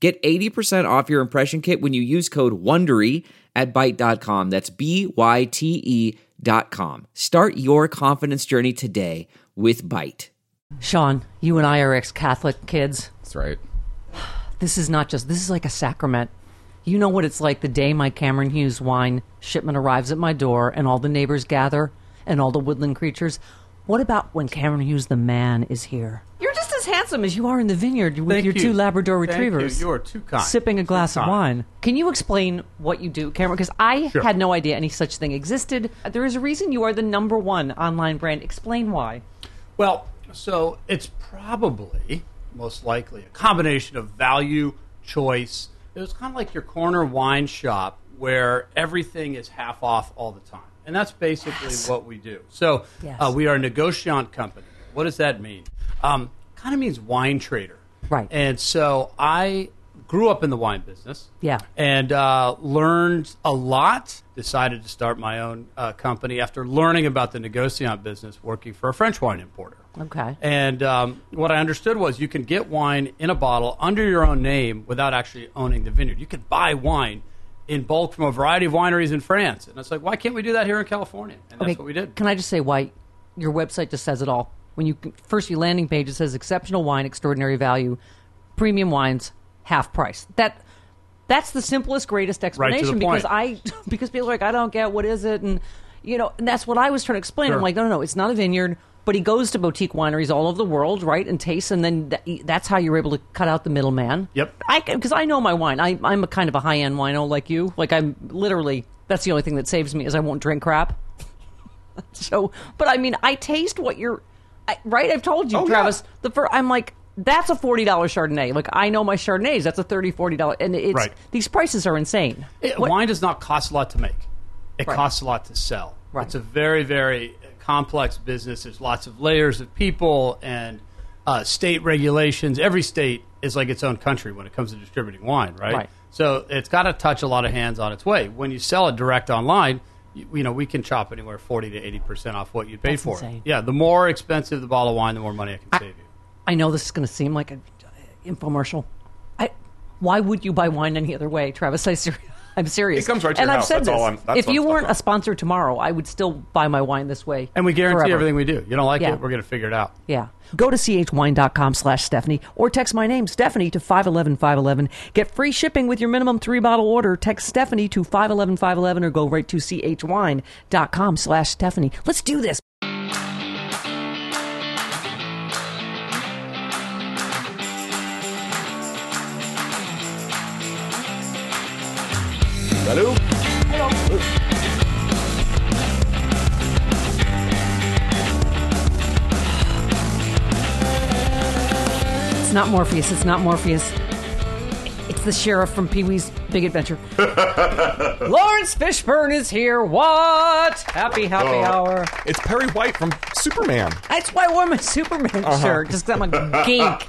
Get 80% off your impression kit when you use code WONDERY at Byte.com. That's b y t e dot com. Start your confidence journey today with Byte. Sean, you and I are ex-Catholic kids. That's right. This is not just this is like a sacrament. You know what it's like the day my Cameron Hughes wine shipment arrives at my door and all the neighbors gather and all the woodland creatures. What about when Cameron Hughes the man is here? You're just as handsome as you are in the vineyard with Thank your you. two Labrador Thank you. retrievers. You are too kind. Sipping a Too glass of kind. wine. Can you explain what you do, Cameron? Because I had no idea any such thing existed. There is a reason you are the number one online brand. Explain why. Well, so it's probably most likely a combination of value, choice. It was kind of like your corner wine shop where everything is half off all the time. And that's basically what we do. So Yes. uh, we are a negotiant company. What does that mean? Um, kind of means wine trader. Right. And so I grew up in the wine business. Yeah. And uh, learned a lot. Decided to start my own uh, company after learning about the negociant business, working for a French wine importer. Okay. And um, what I understood was you can get wine in a bottle under your own name without actually owning the vineyard. You could buy wine in bulk from a variety of wineries in France. And it's like, why can't we do that here in California? And that's Okay, what we did. Can I just say why your website just says it all? When you first your landing page, it says exceptional wine, extraordinary value, premium wines, half price. That that's the simplest, greatest the explanation because I because people are like, I don't get what is it, and you know, and that's what I was trying to explain. I'm Sure. like, no, no, no, it's not a vineyard. But he goes to boutique wineries all over the world, right, and tastes, and then th- that's how you're able to cut out the middleman. Yep. I because I know my wine. I, I'm a kind of a high end wino like you. Like I'm literally that's the only thing that saves me is I won't drink crap. So, but I mean, I taste what you're I, right. I've told you, Oh, yeah. Travis. The fir- I'm like, that's a forty dollar Chardonnay. Like I know my Chardonnays. That's a 30 forty dollar, and it's Right. these prices are insane. It- What- wine does not cost a lot to make. It Right. costs a lot to sell. Right. It's a very, very complex business. There's lots of layers of people and uh, state regulations. Every state is like its own country when it comes to distributing wine, right? Right. So it's got to touch a lot of hands on its way. When you sell it direct online, you, you know we can chop anywhere forty to eighty percent off what you paid That's for insane. it. Yeah, the more expensive the bottle of wine, the more money I can save you. I know this is going to seem like an infomercial. I, why would you buy wine any other way, Travis? I ser- I'm serious. It comes right to and your I've house. Said That's this. all I'm- that's if what you I'm weren't talking a sponsor tomorrow, I would still buy my wine this way. And we guarantee forever. everything we do. You don't like Yeah. it, we're going to figure it out. Yeah. Go to chwine.com slash Stephanie or text my name, Stephanie, to 511511. Get free shipping with your minimum three bottle order. Text Stephanie to 511511 or go right to chwine.com slash Stephanie. Let's do this. Hello? It's not Morpheus. It's not Morpheus. It's the sheriff from Pee Wee's Big Adventure. Lawrence Fishburne is here. What? Happy, happy hour. It's Perry White from Superman. That's why I wore my Superman shirt, just 'cause I'm a geek.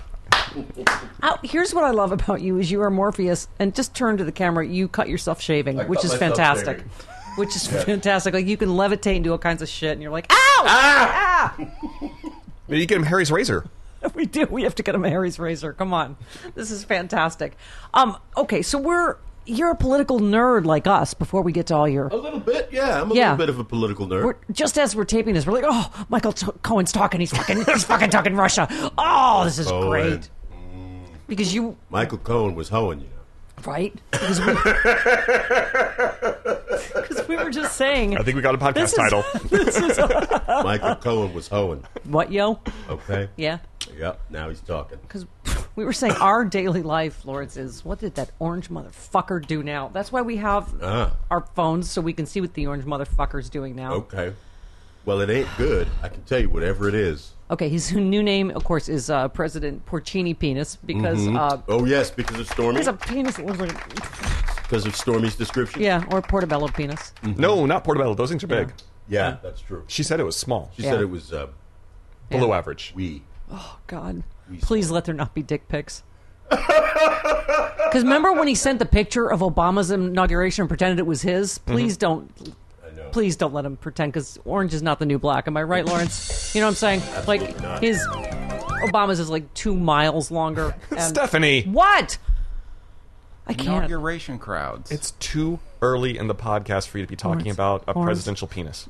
Out, here's what I love about you is you are Morpheus, and just turn to the camera. You cut yourself shaving, which cut is myself fantastic. shaving. Which is fantastic. Like you can levitate and do all kinds of shit, and you're like, ow, ah! Maybe you get him Harry's razor. We do. We have to get him a Harry's razor. Come on, this is fantastic. Um, okay, so we're you're a political nerd like us. Before we get to all your A little bit, yeah. I'm a Yeah. little bit of a political nerd. we're, just as we're taping this, we're like, oh, Michael T- Cohen's talking. He's fucking, he's fucking talking Russia. Oh, this is Cohen. great. Because you, Michael Cohen was hoeing, you know. right? Because we, 'Cause we were just saying. I think we got a podcast This is- title. Michael Cohen was hoeing. What, yo? Okay. Uh-huh. Yeah. Yep. Now he's talking. Because we were saying our daily life, Lawrence, is what did that orange motherfucker do now? That's why we have Ah, our phones so we can see what the orange motherfucker's doing now. Okay. Well, it ain't good. I can tell you whatever it is. Okay, his new name, of course, is uh, President Porcini Penis because uh, Oh yes, because of Stormy. there's a penis that looks like Because of Stormy's description. yeah, or portobello penis. no, not portobello. Those things are big. Yeah, that's true. She She said it was small, Yeah. said it was uh, below average. we. God, please let there not be dick pics. Because remember when he sent the picture of Obama's inauguration and pretended it was his? Please don't. Mm-hmm. I know. Please don't let him pretend because orange is not the new black. Am I right, Lawrence? You know what I'm saying? like not. his Obama's is like two miles longer. and- Stephanie, what? I can't. Inauguration crowds. it's too early in the podcast for you to be talking Lawrence, about a Lawrence. presidential penis.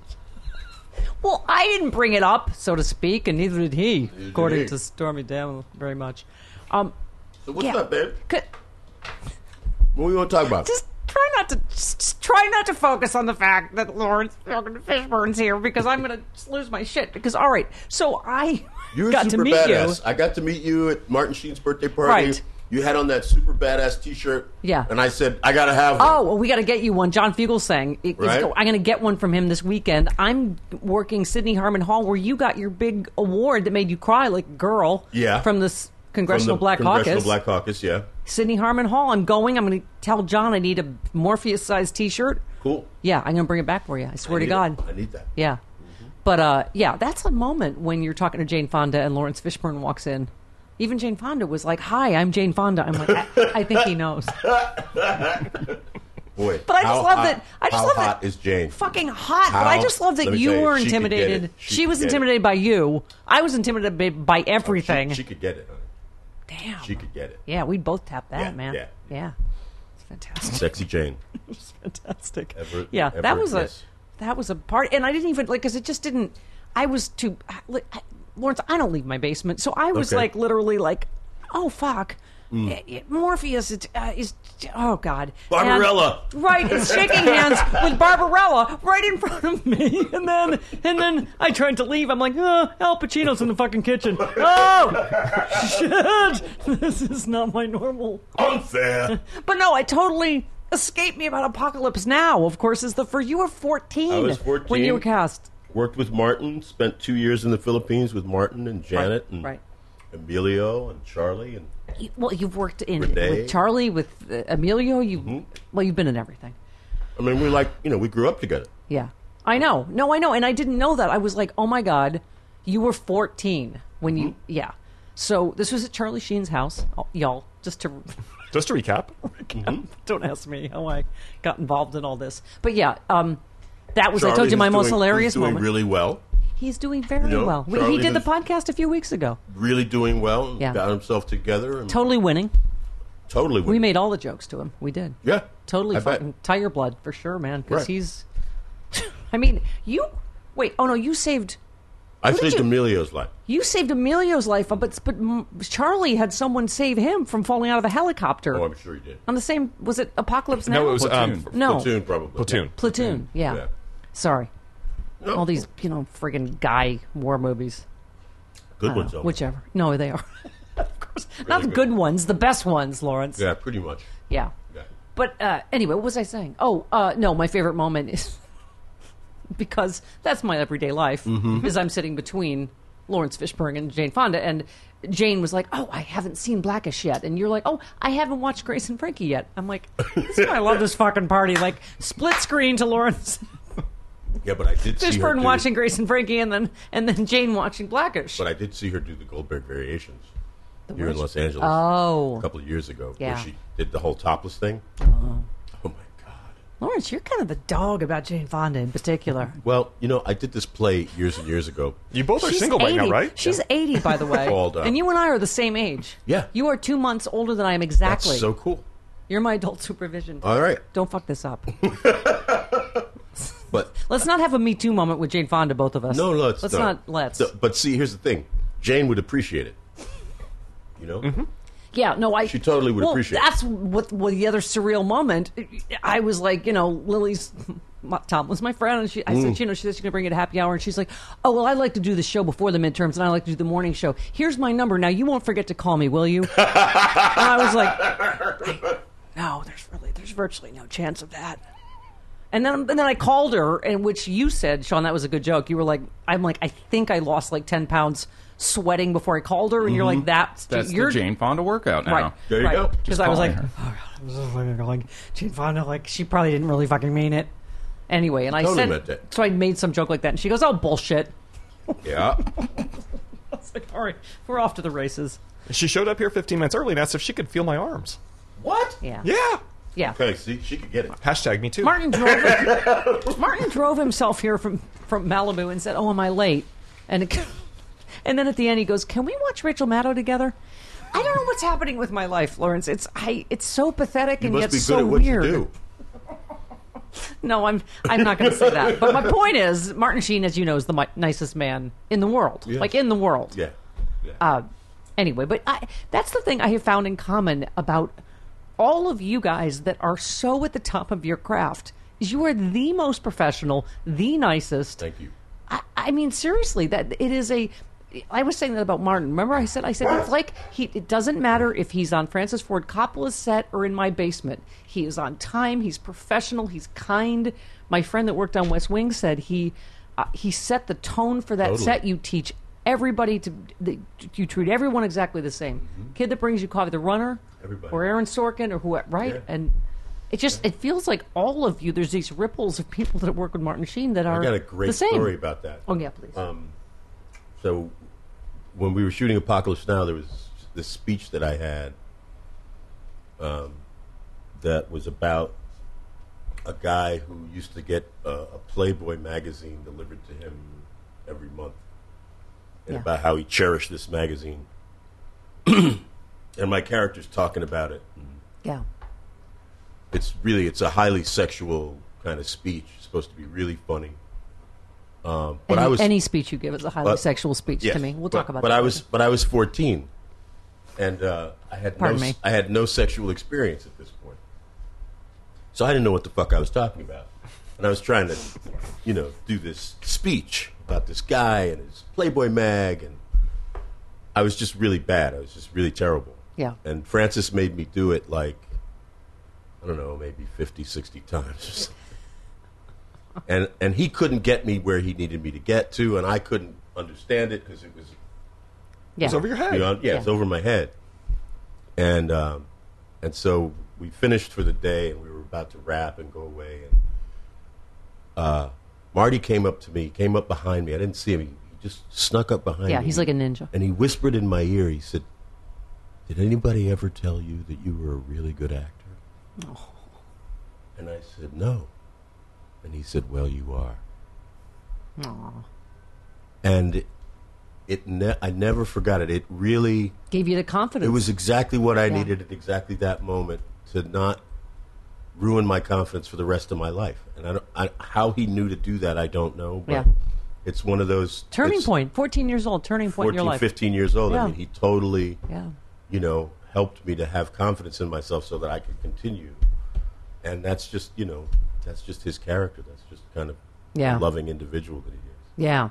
Well, I didn't bring it up, so to speak, and neither did he, according he. to Stormy Daniels, very much. Um, So what's Yeah. up, babe? could, What we want to talk about? just try not to just just try not to focus on the fact that Lawrence fucking Fishburne's here because I'm gonna just lose my shit. Because all right, so I You're got to super meet badass. you. I got to meet you at Martin Sheen's birthday party. Right. You had on that super badass T-shirt. Yeah. And I said, I gotta have. one. Oh, well, we got to get you one. John Fugel sang. It- it's Right. go- I'm going to get one from him this weekend. I'm working Sydney Harmon Hall, where you got your big award that made you cry like a girl. Yeah. From this From Congressional the Black Congressional Caucus. Black Caucus. Yeah. Sydney Harmon Hall. I'm going. I'm going to tell John I need a Morpheus sized t shirt. Cool. Yeah, I'm going to bring it back for you. I swear I to need God. it. I need that. Yeah. But uh, yeah, that's a moment when you're talking to Jane Fonda and Lawrence Fishburne walks in. Even Jane Fonda was like, Hi, I'm Jane Fonda. I'm like, I, I think he knows. Boy. But I just how love hot- that- I just how love that- hot is Jane? fucking hot. How- But I just love let that me you tell you, were she could get intimidated. it. She, She was could get it. Oh, intimidated by you. I was intimidated by, by everything. She, she could get it. honey. Damn. She could get it. yeah, we both tapped that, Yeah, man. yeah. It's fantastic. Sexy Jane. It's fantastic. Ever- yeah, ever that was yes. a that was a part and I didn't even like cuz it just didn't I was too like, I- Lawrence, I don't leave my basement. So I was Okay. Mm. like literally like, "Oh fuck." It- it- Morpheus is, uh, is oh god And- Barbarella. right is shaking hands with Barbarella right in front of me, and then and then I tried to leave. I'm like, oh, Al Pacino's in the fucking kitchen. Oh shit, this is not my normal. Unfair. But no, I totally escaped me about Apocalypse Now. Of course, is the for you were 14. I was when 14. you were cast. Worked with Martin. Spent two years in the Philippines with Martin and Janet and right. Emilio and Charlie and You- Well, you've worked in Renee. with Charlie, with uh, Emilio. You Mm-hmm. well, you've been in everything. I mean, we like you know we grew up together. Yeah. I know. No, I know. And I didn't know that. I was like, oh my God, you were 14 when you, Mm-hmm. yeah. So this was at Charlie Sheen's house, oh, y'all, just to Mm-hmm. Just to recap, Oh don't ask me how I got involved in all this. But yeah, um, that was, I Charlie, told you, my who's most doing- hilarious who's doing moment. Really well. He's doing very No, well. We- he Charlie did the was- podcast a few weeks ago. Really doing well. and Yeah. Got himself together and Totally winning. totally. We made all the jokes to him. We did. Yeah. Totally I bet. fucking tiger blood for sure, man. Because Right. he's, I mean, you, wait, oh no, you saved I did saved you- Emilio's life. You saved Emilio's life, but but M- Charlie had someone save him from falling out of the helicopter. Oh, I'm sure he did. On the same, was it Apocalypse Now? no, it was um, Platoon. no Platoon probably. platoon. Platoon, Yeah. Yeah. Sorry, No, all these you know friggin' guy war movies. good ones. though. Whichever. No, they are. Of course. Not the good. good ones, the best ones, Lawrence. Yeah, pretty much. Yeah. Yeah. But uh, anyway, what was I saying? Oh, uh, no, my favorite moment is because that's my everyday life Mm-hmm. is I'm sitting between Lawrence Fishburne and Jane Fonda, and Jane was like, "Oh, I haven't seen Blackish yet," and you're like, "Oh, I haven't watched Grace and Frankie yet." I'm like, "That's why I love this fucking party!" Like split screen to Lawrence Yeah, but I did see her Fishburne do- watching Grace and Frankie, and then and then Jane watching Blackish. But I did see her do the Goldberg Variations here in Los Angeles. Oh. a couple of years ago, Yeah. Uh-huh. where she did the whole topless thing. Oh my god! Lawrence, you're kind of a dog about Jane Fonda in particular. Well, you know, I did this play years and years ago. You both are She's single right now, 80. right? She's 80, by the way. Called, uh, and you and I are the same age. Yeah. You are two months older than I am That's exactly. so Uh, cool. You're my adult supervision. All right, Don't fuck this up. but Let's not have a Me Too moment with Jane Fonda, both of us. no, let's uh, Let's no. not. Let's. Mm-hmm. No, but see, here's the thing: Jane would appreciate it. You know, yeah, no, I. She totally would well, appreciate it. That's what, what the other surreal moment. I was like, you know, Lily's. My, Tom was my friend, and she. I Mm. said, you know, she said she's gonna bring it a happy hour, and she's like, oh well, I like to do the show before the midterms, and I like to do the morning show. Here's my number. Now you won't forget to call me, will you? and I was like, no, there's really, there's virtually no chance of that. And then, and then I called her, and which you said, Sean, that was a good joke. You were like, I'm like, I think I lost like ten pounds sweating before I called her, and you're Mm-hmm. like, that's That's you're the Jane Fonda workout now. Right. There you right. go. Because I was like, calling her. oh god, I was just looking at her like Jane Fonda, like she probably didn't really fucking mean it. Anyway, and I Totally said, meant that. so I made some joke like that, and she goes, oh bullshit. Yeah. I was like, all right, we're off to the races. She showed up here 15 minutes early and asked if she could feel my arms. what? Yeah. Yeah. Yeah. Okay, see, she could get it. Hashtag me too. Martin drove Martin drove himself here from from Malibu and said, "Oh, am I late?" And it, and then at the end he goes, "Can we watch Rachel Maddow together?" I don't know what's happening with my life, Lawrence. It's I it's so pathetic You and must yet be good so at what weird. you do. No, I'm I'm not going to say that. But my point is, Martin Sheen, as you know, is the mi- nicest man in the world. Like in the world. Yeah. yeah. Uh, Anyway, but I, that's the thing I have found in common about all of you guys that are so at the top of your craft is you are the most professional, the nicest. Thank you. I, I mean, seriously, that it is a. I was saying that about Martin. Remember, I said I said it's like he. It doesn't matter if he's on Francis Ford Coppola's set or in my basement. He is on time. He's professional. He's kind. My friend that worked on West Wing said he uh, he set the tone for that Totally. set. You teach everybody to the, you treat everyone exactly the same. Kid that brings you coffee, the runner, Mm-hmm. Everybody. or Aaron Sorkin, or whoever, right? Yeah. And it just it feels like all of you. There's these ripples of people that work with Martin Sheen that are I got a great the same. story about that. Oh yeah, please. Um, So when we were shooting Apocalypse Now, there was this speech that I had um, that was about a guy who used to get a, a Playboy magazine delivered to him every month, and Yeah. about how he cherished this magazine. and my character's talking about it. yeah. It's really it's a highly sexual kind of speech. It's supposed to be really funny. Um, but any, I was any speech you give is a highly but- sexual speech Yes, to me. We'll but- talk about But that. I was but I was 14, and uh, I had Pardon no me. I had no sexual experience at this point, so I didn't know what the fuck I was talking about, and I was trying to, you know, do this speech about this guy and his Playboy mag, and I was just really bad. I was just really terrible. Yeah. And Francis made me do it like, I don't know, maybe 50, 60 times. and and he couldn't get me where he needed me to get to, and I couldn't understand it because it was yeah. It's over your head. beyond. Yeah, it's over my head. And um, and so we finished for the day, and we were about to wrap and go away. And uh, Marty came up to me, came up behind me. I didn't see him. He he just snuck up behind Yeah, me. he's like a ninja. And he whispered in my ear. He said, "Did anybody ever tell you that you were a really good actor?" Oh. And I said, "No." And he said, "Well, you are." And it ne- I never forgot it. It really Gave you the confidence. it was exactly what I Yeah. needed at exactly that moment to not ruin my confidence for the rest of my life. And I, don't, I how he knew to do that, I don't know. But Yeah. it's one of those turning it's point. Fourteen years old. Turning point in your 14, life. 15 years old. Yeah. I mean, he totally, Yeah. you know, helped me to have confidence in myself so that I could continue. And that's just, you know, that's just his character. That's just kind of Yeah. a loving individual that he is. Yeah.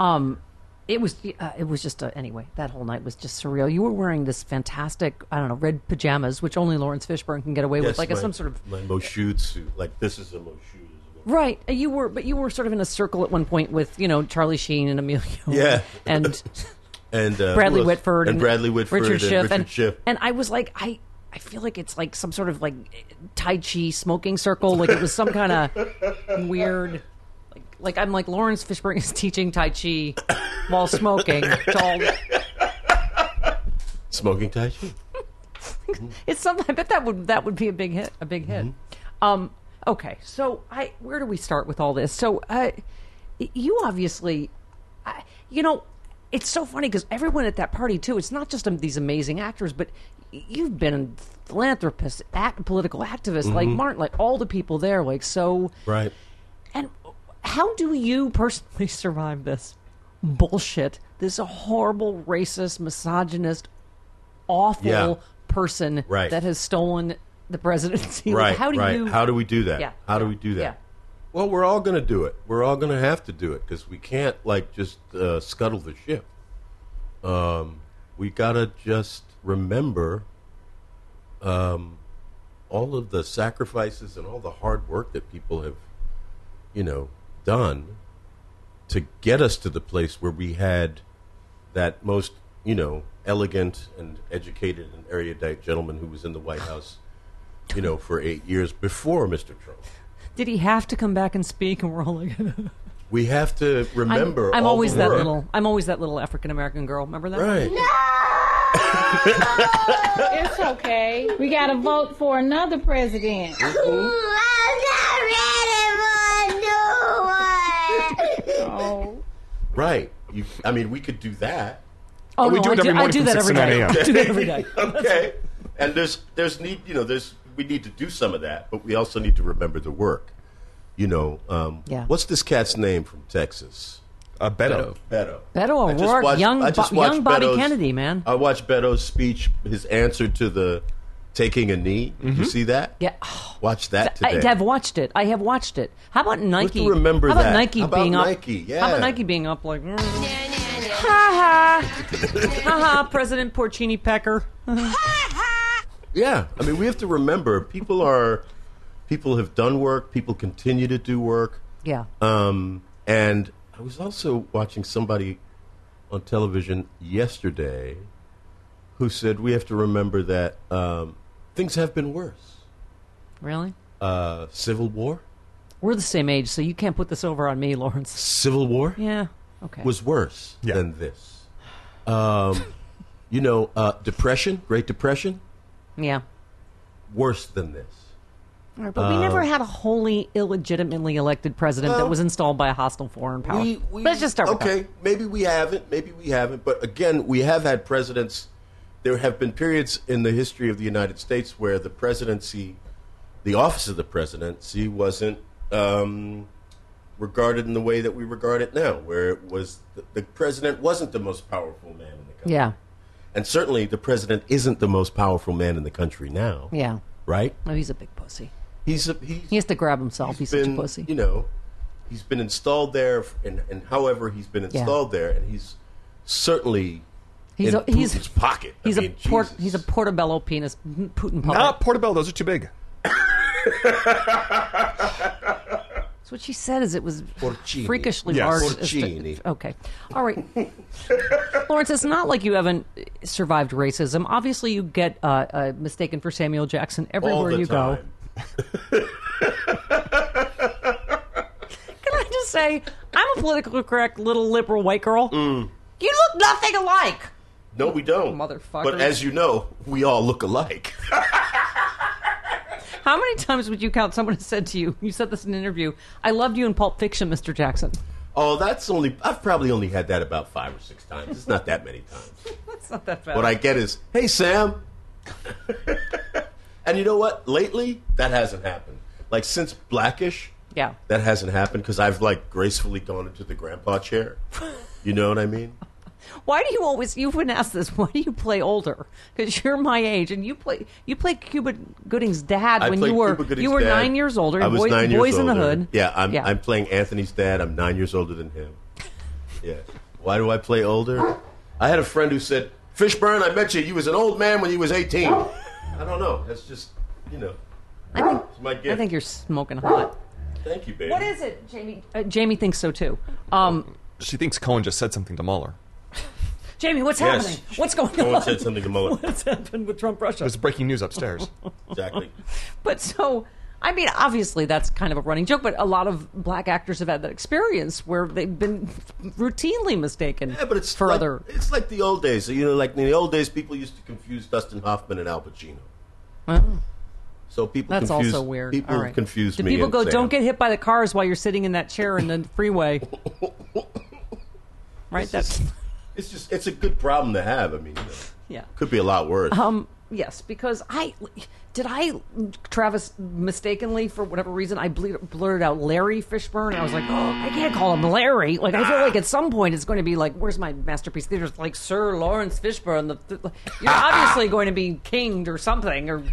Um, it was uh, it was just uh, anyway. That whole night was just surreal. You were wearing this fantastic I don't know red pajamas, which only Lawrence Fishburne can get away with, Yes, like my, a, some sort of my Moshute suit. Like this is a Moshute. as well. Right, Uh, you were, but you were sort of in a circle at one point with you know Charlie Sheen and Emilio, Yeah. and And uh, Bradley who else? Whitford and, Bradley Whitford Richard and Schiff, Richard and, Schiff. and I was like, I, I feel like it's like some sort of like Tai Chi smoking circle, like it was some kind of weird, like like I'm like Lawrence Fishburne is teaching Tai Chi while smoking. It's all Smoking Tai Chi. it's something. I bet that would that would be a big hit, a big hit. Um, okay, so I where do we start with all this? So uh, y- you obviously, I, you know, it's so funny because everyone at that party too. It's not just um, these amazing actors, but y- you've been a philanthropist, act, political activist, like Martin, like all the people there, like so. Right. And how do you personally survive this bullshit? This horrible, racist, misogynist, awful, Yeah. person Right. that has stolen the presidency. Like, Right. how do right. you? How do we do that? Yeah. How do we do that? Yeah. Well, we're all going to do it. We're all going to have to do it because we can't like just uh, scuttle the ship. Um, we gotta just remember um, all of the sacrifices and all the hard work that people have, you know, done to get us to the place where we had that most, you know, elegant and educated and erudite gentleman who was in the White House, you know, for eight years before Mr. Trump. Did he have to come back and speak? And we're all like, We have to remember. I'm, I'm all always the that work. little. I'm always that little African American girl. Remember that? right? It's okay. We got to vote for another president. Oh. Right. You, I mean, we could do that. Oh, we no, do I it every I morning do from that 6 every to 9 day. a.m. I do that every day. okay. And there's there's need you know there's we need to do some of that, but we also need to remember the work. You know, um, Yeah. What's this cat's name from Texas? Uh, Beto. Beto. Beto I just O'Rourke, watched- young I just Bo- watched young Bobby Beto's- Kennedy, man. I watched Beto's speech, his answer to the taking a knee. Mm-hmm. You see that? Yeah. Watch that today. I have watched it. I have watched it. How about Nike? to remember How about that. Nike How about being Nike? up? Yeah. How about Nike being up? Like, mm. ha ha, ha ha. President Porcini Pecker. Yeah, I mean, we have to remember people are people have done work. People continue to do work. yeah. Um, and I was also watching somebody on television yesterday who said we have to remember that um, things have been worse. Really? Uh, civil war, We're the same age, so you can't put this over on me, Lawrence. civil war Yeah. Okay. was worse Yeah. than this. Um, you know, uh, depression, Great Depression, yeah. worse than this. All right, but we Uh, never had a wholly illegitimately elected president that was installed by a hostile foreign power. We- we- Let's just start with Okay, that. maybe we haven't. Maybe we haven't. But again, we have had presidents. There have been periods in the history of the United States where the presidency, the office of the presidency, wasn't um, regarded in the way that we regard it now, where it was the, the president wasn't the most powerful man in the country. Yeah. And certainly the president isn't the most powerful man in the country now. Yeah. Right? No, he's a big pussy. He's a, he's He has to grab himself. He's, such been, a pussy. You know, he's been installed there, f- and, and however he's been Yeah. installed there, and he's certainly He's in a- he's- Putin's pocket. I he's mean, a port, Jesus. he's a portobello penis Putin puppet. Not Ah, Portobello. Those are too big. That's what she said. Is it was Porcini. freakishly Yes. large. Porcini. Okay, all right, Lawrence. It's not like you haven't survived racism. Obviously, you get uh, uh, mistaken for Samuel Jackson all everywhere the you go. time. Can I just say, I'm a politically correct little liberal white girl. Mm. You look nothing alike. No, we don't, Motherfuckers. But as you know, we all look alike. How many times would you count someone who said to you, you said this in an interview, I loved you in Pulp Fiction, Mr. Jackson? oh, that's only. I've probably only had that about five or six times. It's not that many times. That's not that bad. what I get is, "Hey, Sam." and you know what? Lately, that hasn't happened. Like since Blackish, Yeah. that hasn't happened because I've like gracefully gone into the grandpa chair. You know what I mean? Why do you always? You've been asked this. Why do you play older? Because you're my age, and you play you play Cuba Gooding's dad I when played you were Cuba Gooding's you were dad. nine years older. I in was Boy- nine years Boys in the older. Hood. Yeah, I'm I'm playing Anthony's dad. I'm nine years older than him. Yeah. Why do I play older? I had a friend who said, "Fishburne, I met you. You was an old man when you was 18." I don't know. That's just you know. I think It's my gift. I think you're smoking hot. Thank you, baby. What is it, Jamie? Uh, Jamie thinks so too. Um, She thinks Cohen just said something to Mueller. Jamie, what's Yes. happening? What's going No on? one said something to Mullen. What's happened with Trump Russia? There's breaking news upstairs. Exactly. But so. I mean, obviously, that's kind of a running joke, but a lot of black actors have had that experience where they've been routinely mistaken Yeah, but it's for like, other. It's like the old days. You know, like in the old days, people used to confuse Dustin Hoffman and Al Pacino. Well. So people. That's confuse, also weird. People All right. confuse Do me. people and go, Sam. don't get hit by the cars while you're sitting in that chair in the freeway? right? That's. It's just it's a good problem to have. I mean, you know, Yeah. could be a lot worse. Um, yes, because I. did I, Travis, mistakenly for whatever reason, I ble- blurted out Larry Fishburne. I was like, oh, I can't call him Larry. Like, I feel like at some point it's going to be like, where's my masterpiece theater? It's like Sir Lawrence Fishburne. The, the, you're obviously going to be kinged or something or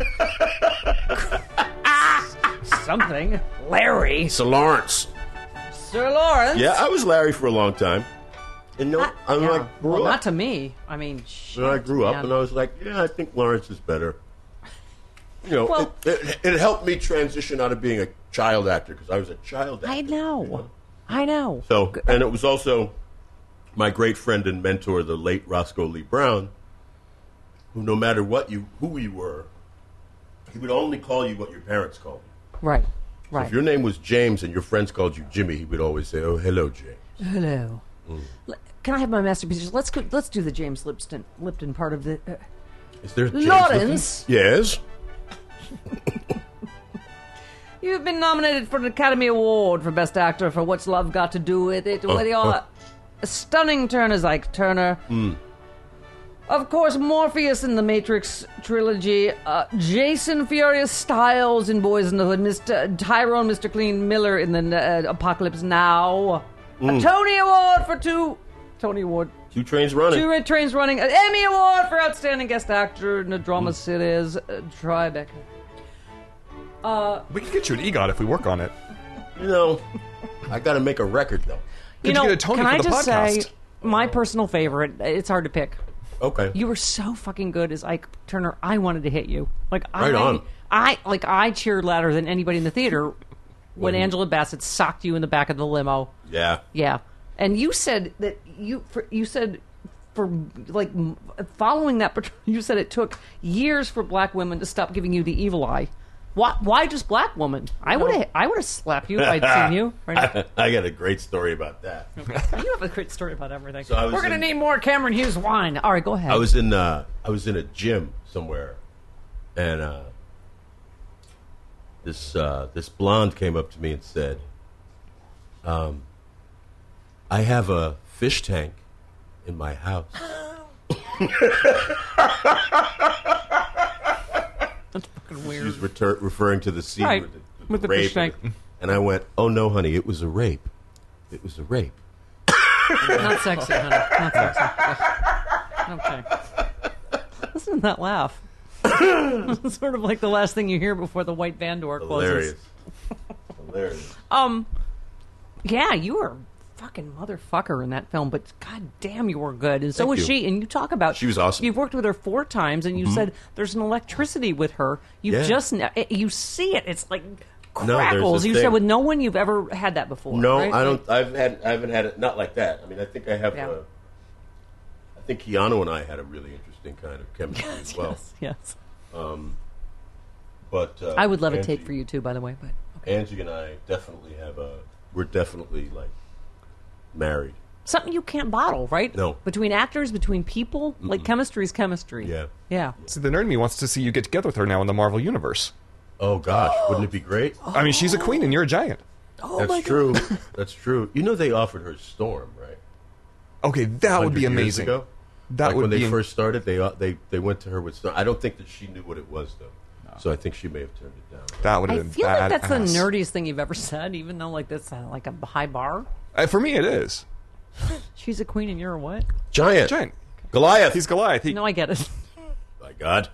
something. Larry, Sir Lawrence. Sir Lawrence. Yeah, I was Larry for a long time. And no, Not, I'm yeah. like, grew well, up. not to me. I mean, shit. So I grew up man. and I was like, yeah, I think Lawrence is better. You know, Well- it, it, it helped me transition out of being a child actor because I was a child actor. I know. I know. So, and it was also my great friend and mentor, the late Roscoe Lee Brown, who no matter what you who you were, he would only call you what your parents called you. Right. If Right. your name was James and your friends called you Jimmy, he would always say, "Oh, hello, James." Hello. L- Can I have my masterpiece? Let's go, let's do the James Lipton Lipton part of the. Uh, Is there James Lawrence? Lipton? Yes. you have been nominated for an Academy Award for Best Actor for What's Love Got to Do with It? Whether you're oh. a stunning turn as Ike Turner. Of course, Morpheus in the Matrix trilogy, uh, Jason Furious Styles in Boys in the Hood, Mr. Tyrone, Mr. Clean Miller in the uh, Apocalypse Now, a Tony Award for two. Tony Award Two trains running. Two Red Trains Running, an Emmy Award for Outstanding Guest Actor in a Drama Mm. Series, uh, Tribeca. We can get you an E EGOT if we work on it. you know, I got to make a record though. Could you know, get a Tony can for I the just podcast? say my personal favorite? It's hard to pick. Okay. You were so fucking good as Ike Turner. I wanted to hit you. Like Right I, on. I like I cheered louder than anybody in the theater when Angela Bassett socked you in the back of the limo. yeah. Yeah, and you said that you for, you said for like m- following that. patr- You said it took years for black women to stop giving you the evil eye. Why? Why just black woman? I would have. I would have slapped you if I'd seen you. Right now. I got a great story about that. You have a great story about everything. So I was We're gonna in- need more Cameron Hughes wine. All right, go ahead. I was in uh, I was in a gym somewhere, and uh, this uh, this blonde came up to me and said, um, "I have a fish tank in my house." weird. She's retur- referring to the scene Right, with the, with the rape fish tank. And I went, "Oh no, honey, it was a rape. It was a rape." Not sexy, honey. Not sexy. Okay. Listen to that laugh. it's sort of like the last thing you hear before the white van door closes. Hilarious. Hilarious. Yeah, you were a fucking motherfucker in that film, but god damn you were good. And so Thank was you. she. And you talk about She was awesome. Mm-hmm. You've worked with her four times and you said there's an electricity with her. You Yeah. just ne- it- you see it. It's like there's crackles. this you said thing. with no one you've ever had that before. No, right? I don't. I've had. I haven't had it. Not like that. I mean, I think I have. Yeah. uh, I think Keanu and I had a really interesting kind of chemistry as well. Yes, yes. But uh, I would love a Angie- take for you too, by the way, but Angie and I definitely have a. We're definitely like married. something you can't bottle, right? No. Between actors, between people, like chemistry is chemistry. Yeah. Yeah. See, the nerd in me wants to see you get together with her now in the Marvel Universe. Oh gosh, wouldn't it be great? I mean, she's a queen and you're a giant. Oh That's true. That's true. You know, they offered her Storm, right? Okay, that would 100 be years amazing. ago? That like would when be they in- first started. They uh, they they went to her with Storm. I don't think that she knew what it was though. So I think she may have turned it down. That would have I been feel like that's the badass. nerdiest thing you've ever said, even though like that's uh, like a high bar. Uh, for me, it is. She's a queen and you're a what? Giant. Giant. Goliath. He's Goliath. He, No, I get it. My God.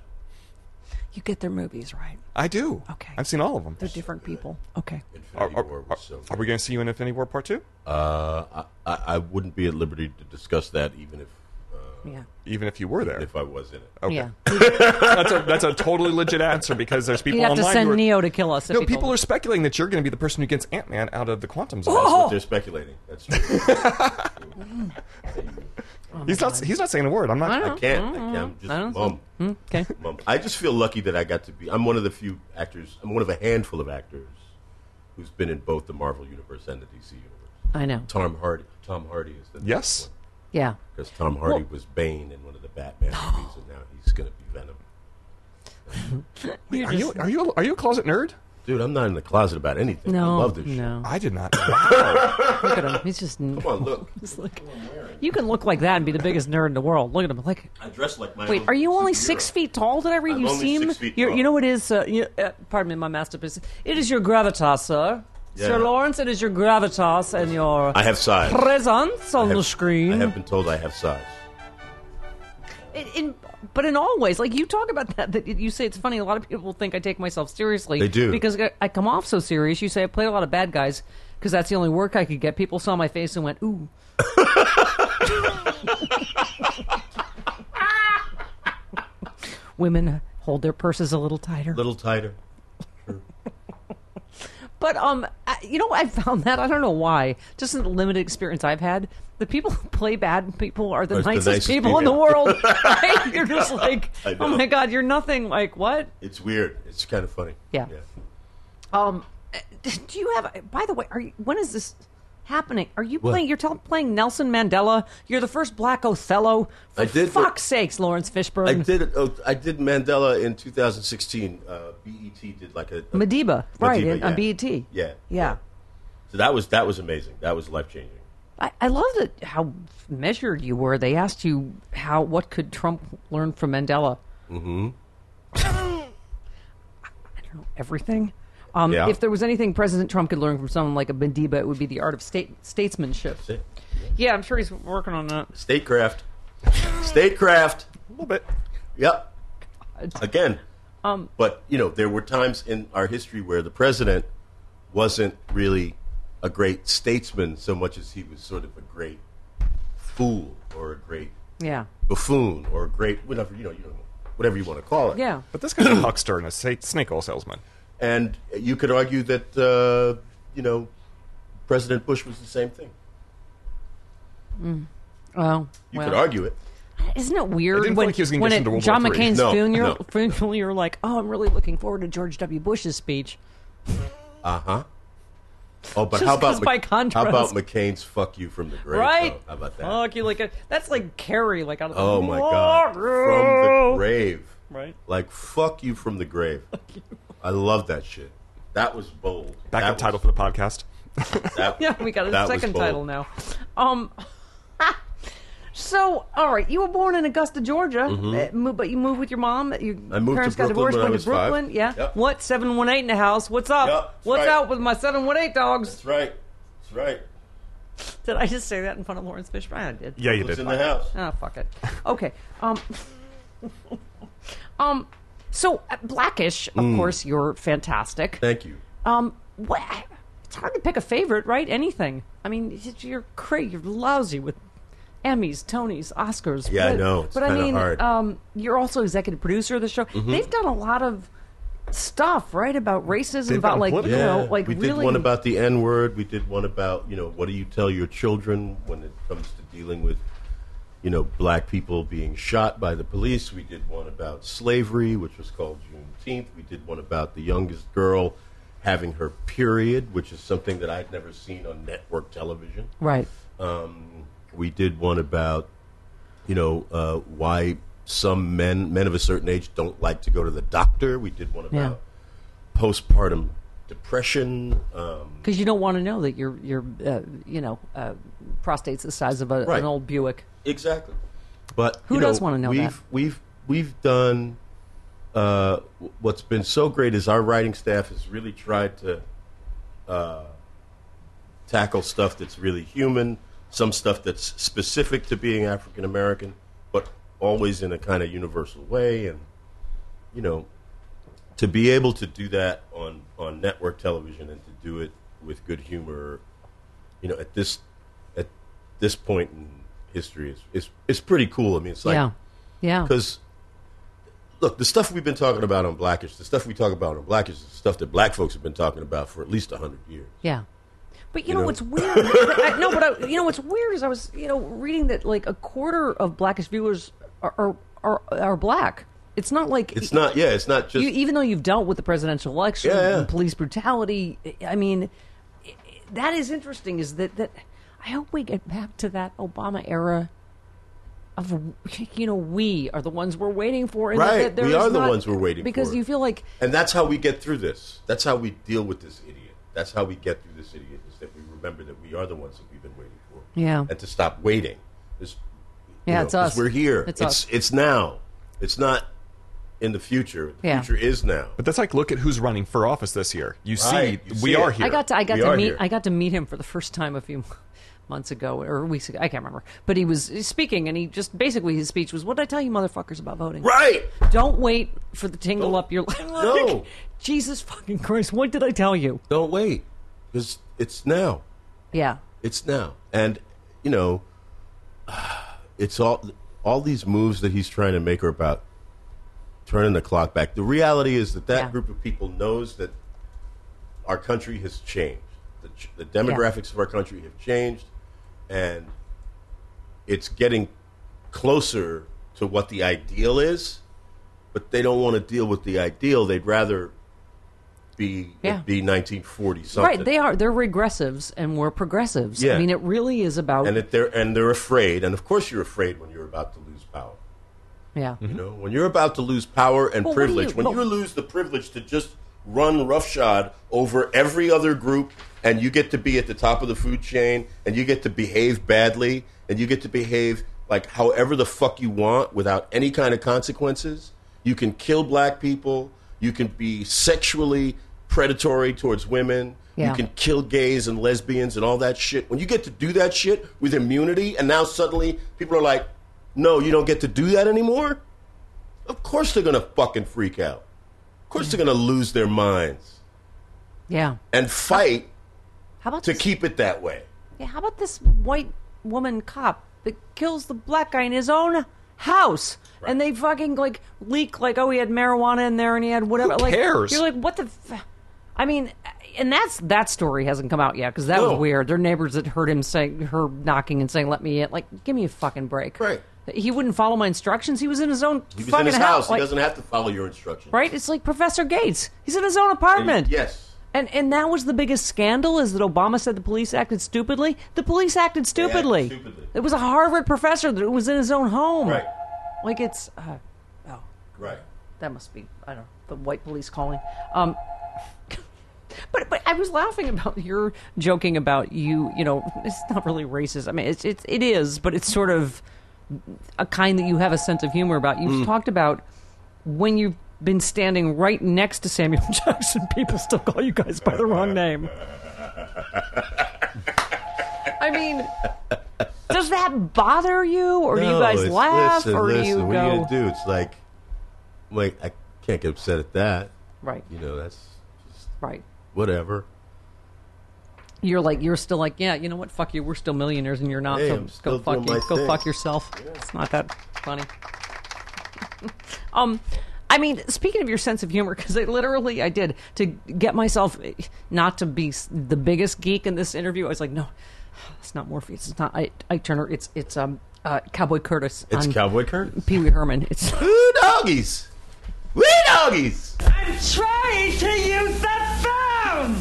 You get their movies right. I do. Okay. I've seen all of them. They're different people. Okay. Are, Infinity are- War are- was so are we going to see you in Infinity War Part 2? Uh, I, I wouldn't be at liberty to discuss that even if uh, Yeah. Even if you were there. if I was in it. Yeah. that's, a, that's a totally legit answer because there's people You have to online send who are, Neo to kill us. If No, he people told are us. speculating that you're going to be the person who gets Ant Man out of the quantum zone. Oh! That's what they're speculating. That's true. He's not. He's not saying a word. I'm not. I can't. I can't. I'm just Mm-hmm. don't Hmm. mum. Okay. Mum. I just feel lucky that I got to be. I'm one of the few actors. I'm one of a handful of actors who's been in both the Marvel universe and the DC universe. I know. Tom Hardy. Tom Hardy is the next Yes. Yeah. because Tom Hardy Well- was Bane in one of the Batman movies, and now he's going to be Venom. Wait, are you? Are you? Are you a closet nerd? Dude, I'm not in the closet about anything. No. I love this shit. no. I did not. Look at him. He's just. Come on, look. He's like, You can look like that and be the biggest nerd in the world. Look at him. Like, I dress like my. wait, own are you only superhero. six feet tall? Did I read I'm you only seem? six feet you're- tall. you know what it is? Uh, you, uh, pardon me, my masterpiece. It is your gravitas, sir. Yeah. Sir Lawrence, it is your gravitas and your I have size. presence on I have- the screen. I have been told I have size. In- in- but in all ways, like you talk about that, that you say it's funny. A lot of people think I take myself seriously. They do. because I- I come off so serious. You say I played a lot of bad guys because that's the only work I could get. People saw my face and went, "Ooh." Women hold their purses a little tighter. A little tighter. But um, I, you know, I found that I don't know why. Just in the limited experience I've had, the people who play bad people are the, Are the nicest, nicest people in the people. world. Right? You're just like, I oh know. my god, you're nothing. Like what? It's weird. It's kind of funny. Yeah. Um, do you have? By the way, are you, when is this happening? Are you playing? You're tell, playing Nelson Mandela. You're the first Black Othello. For I did the- fuck's sakes, Lawrence Fishburne. I did. it- Oh, I did Mandela in 2016. Uh, BET did like a, a Madiba, right? Madiba, in- On yeah. BET. Yeah. Yeah. So that was that was amazing. That was life changing. I, I love that how measured you were. They asked you how what could Trump learn from Mandela. Mm-hmm. I don't know everything. Um, Yeah. If there was anything President Trump could learn from someone like a Bendiba, it would be the art of state statesmanship. Yeah, I'm sure he's working on that. Statecraft. Statecraft. A little bit. Yep. Again. Um, but you know, there were times in our history where the president wasn't really a great statesman so much as he was sort of a great fool or a great Yeah, buffoon or a great whatever you know, you know whatever you want to call it. yeah. But this guy's a huckster and a sa- snake oil salesman. And you could argue that uh, you know President Bush was the same thing. Oh, You well. could argue it. Isn't it weird didn't feel when, like he was gonna when get us at into World John War III. McCain's No, funeral, no. funeral, you're like, oh, I'm really looking forward to George W. Bush's speech. Uh huh. Oh, but Just how about 'cause by how about contrast. McCain's "fuck you" from the grave? Right? Oh, though? How about that? Fuck you, like a, that's like Carrie, like out of the Oh my god! From the grave, Right. Like "fuck you" from the grave. I love that shit. That was bold. that Backup was- title for the podcast. That, Yeah, we got a that was second bold. title now. Um, so all right, you were born in Augusta, Georgia, uh, mo- but you moved with your mom. Your Mm-hmm. I moved to parents got Brooklyn divorced, when I went was to Brooklyn. five. Yeah, Yep. what seven one eight in the house? What's up? Yep, that's What's right. up with my seven one eight dogs? That's right. That's right. Did I just say that in front of Lawrence Fishburne? I did. Yeah, you It's did. in the house. Oh, fuck it. Okay. Um, um, so uh, Blackish, of Mm. course, you're fantastic. Thank you. Um, what, it's hard to pick a favorite, right? Anything. I mean, it's- you're crazy. You're lousy with Emmys, Tonys, Oscars. Yeah, I but, know. It's but I kinda mean, hard. Mm-hmm. um, you're also executive producer of the show. They've done a lot of stuff, right, about racism, They've about done like political- you know, Yeah. like we really did one about the N word. We did one about you know what do you tell your children when it comes to dealing with you know black people being shot by the police. We did one about slavery, which was called Juneteenth. We did one about the youngest girl having her period, which is something that I'd never seen on network television. right. Um, we did one about you know uh, why some men men of a certain age don't like to go to the doctor. We did one about Yeah. postpartum depression. Um, Because you don't want to know that your your uh, you know uh, prostate's the size of a, Right. an old Buick. exactly. But Who you know, does wanna know we've, that? We've we've done. Uh, w- what's been so great is our writing staff has really tried to uh, tackle stuff that's really human, some stuff that's specific to being African American, but always in a kind of universal way. And you know, to be able to do that on on network television and to do it with good humor, you know, at this at this point in history is is it's pretty cool. I mean, it's yeah, like yeah. because look, the stuff we've been talking about on Blackish, the stuff we talk about on Blackish, is the stuff that Black folks have been talking about for at least hundred years. Yeah. But you, know, know? what's weird? I, no, but I, you know what's weird is I was you know reading that like a quarter of blackish viewers are are, are, are black. It's not like It's not, yeah, it's not just you, even though you've dealt with the presidential election Yeah, yeah. and police brutality. I mean, i- i- that is interesting. Is that that? I hope we get back to that Obama era. Of you know, we are the ones we're waiting for. And that- Right. that there We is are the not- ones we're waiting because for. you feel like And that's how we get through this. That's how we deal with this idiot. That's how we get through this idiot is that we remember that we are the ones that we've been waiting for. Yeah. And to stop waiting. It's, Yeah, it's 'cause us. We're here. It's It's us. it's, now. It's not in the future. The Yeah. future is now. But that's like look at who's running for office this year. You see, Right, you we see are it. here. I got to I got We to are meet here. I got to meet him for the first time a few months ago or weeks ago. I can't remember. But he was speaking and he just basically his speech was what did I tell you motherfuckers about voting? Right. Don't wait for the tingle Don't- up your like, No. Jesus fucking Christ, what did I tell you? Don't wait. Because it's now. Yeah. It's now. And you know, it's all all these moves that he's trying to make are about turning the clock back. The reality is that that Yeah. group of people knows that our country has changed. The, ch- the demographics of our country have changed, and it's getting closer to what the ideal is. But they don't want to deal with the ideal. They'd rather be Yeah. be 1940 something. Right, they are they're regressives and we're progressives. I Yeah. mean it really is about and that they're and they're afraid. And of course, you're afraid when you're about to lose power. yeah. You know, when you're about to lose power and Well, what do privilege, you- when well- you lose the privilege to just run roughshod over every other group, and you get to be at the top of the food chain, and you get to behave badly, and you get to behave like however the fuck you want without any kind of consequences. You can kill black people. You can be sexually predatory towards women. Yeah. You can kill gays and lesbians and all that shit. When you get to do that shit with immunity, and now suddenly people are like, no, you don't get to do that anymore? Of course they're going to fucking freak out. Of course they're going to lose their minds Yeah. and fight How about to this- keep it that way. Yeah, how about this white woman cop that kills the black guy in his own house? And they fucking like leak like, oh, he had marijuana in there and he had whatever. like, cares? You're like, what the? F-? I mean, and that's that story hasn't come out yet because that was No. weird. Their neighbors that heard him saying, her knocking and saying, "Let me in." Like, give me a fucking break. Right. He wouldn't follow my instructions. He was in his own He was fucking in his house. Like, he doesn't have to follow your instructions. right? It's like Professor Gates. He's in his own apartment. Yes. And and that was the biggest scandal is that Obama said the police acted stupidly. The police acted acted stupidly. stupidly. It was a Harvard professor that was in his own home. Right. Like it's uh, oh Right. that must be I don't know the white police calling. Um, but but I was laughing about your joking about you. You know, it's not really racist. I mean, it's it's it is, but it's sort of a kind that you have a sense of humor about. Mm. You've talked about when you've been standing right next to Samuel Jackson, people still call you guys by the wrong name. I mean, does that bother you, or do you guys it's- laugh, listen, or do listen, you what are you go going to do? It's like, like, I can't get upset at that. right, You know, that's just right? whatever. you're like you're still like yeah you know what fuck you we're still millionaires and you're not Hey, so I'm go still fuck doing you my go thing. fuck yourself it's not that funny um i mean speaking of your sense of humor because i literally i did to get myself not to be s- the biggest geek in this interview i was like no it's not morpheus it's not ike, ike turner it's it's um uh, cowboy curtis It's on Cowboy Curtis. pee-wee herman it's Woo doggies. Woo doggies. Trying to use the phone!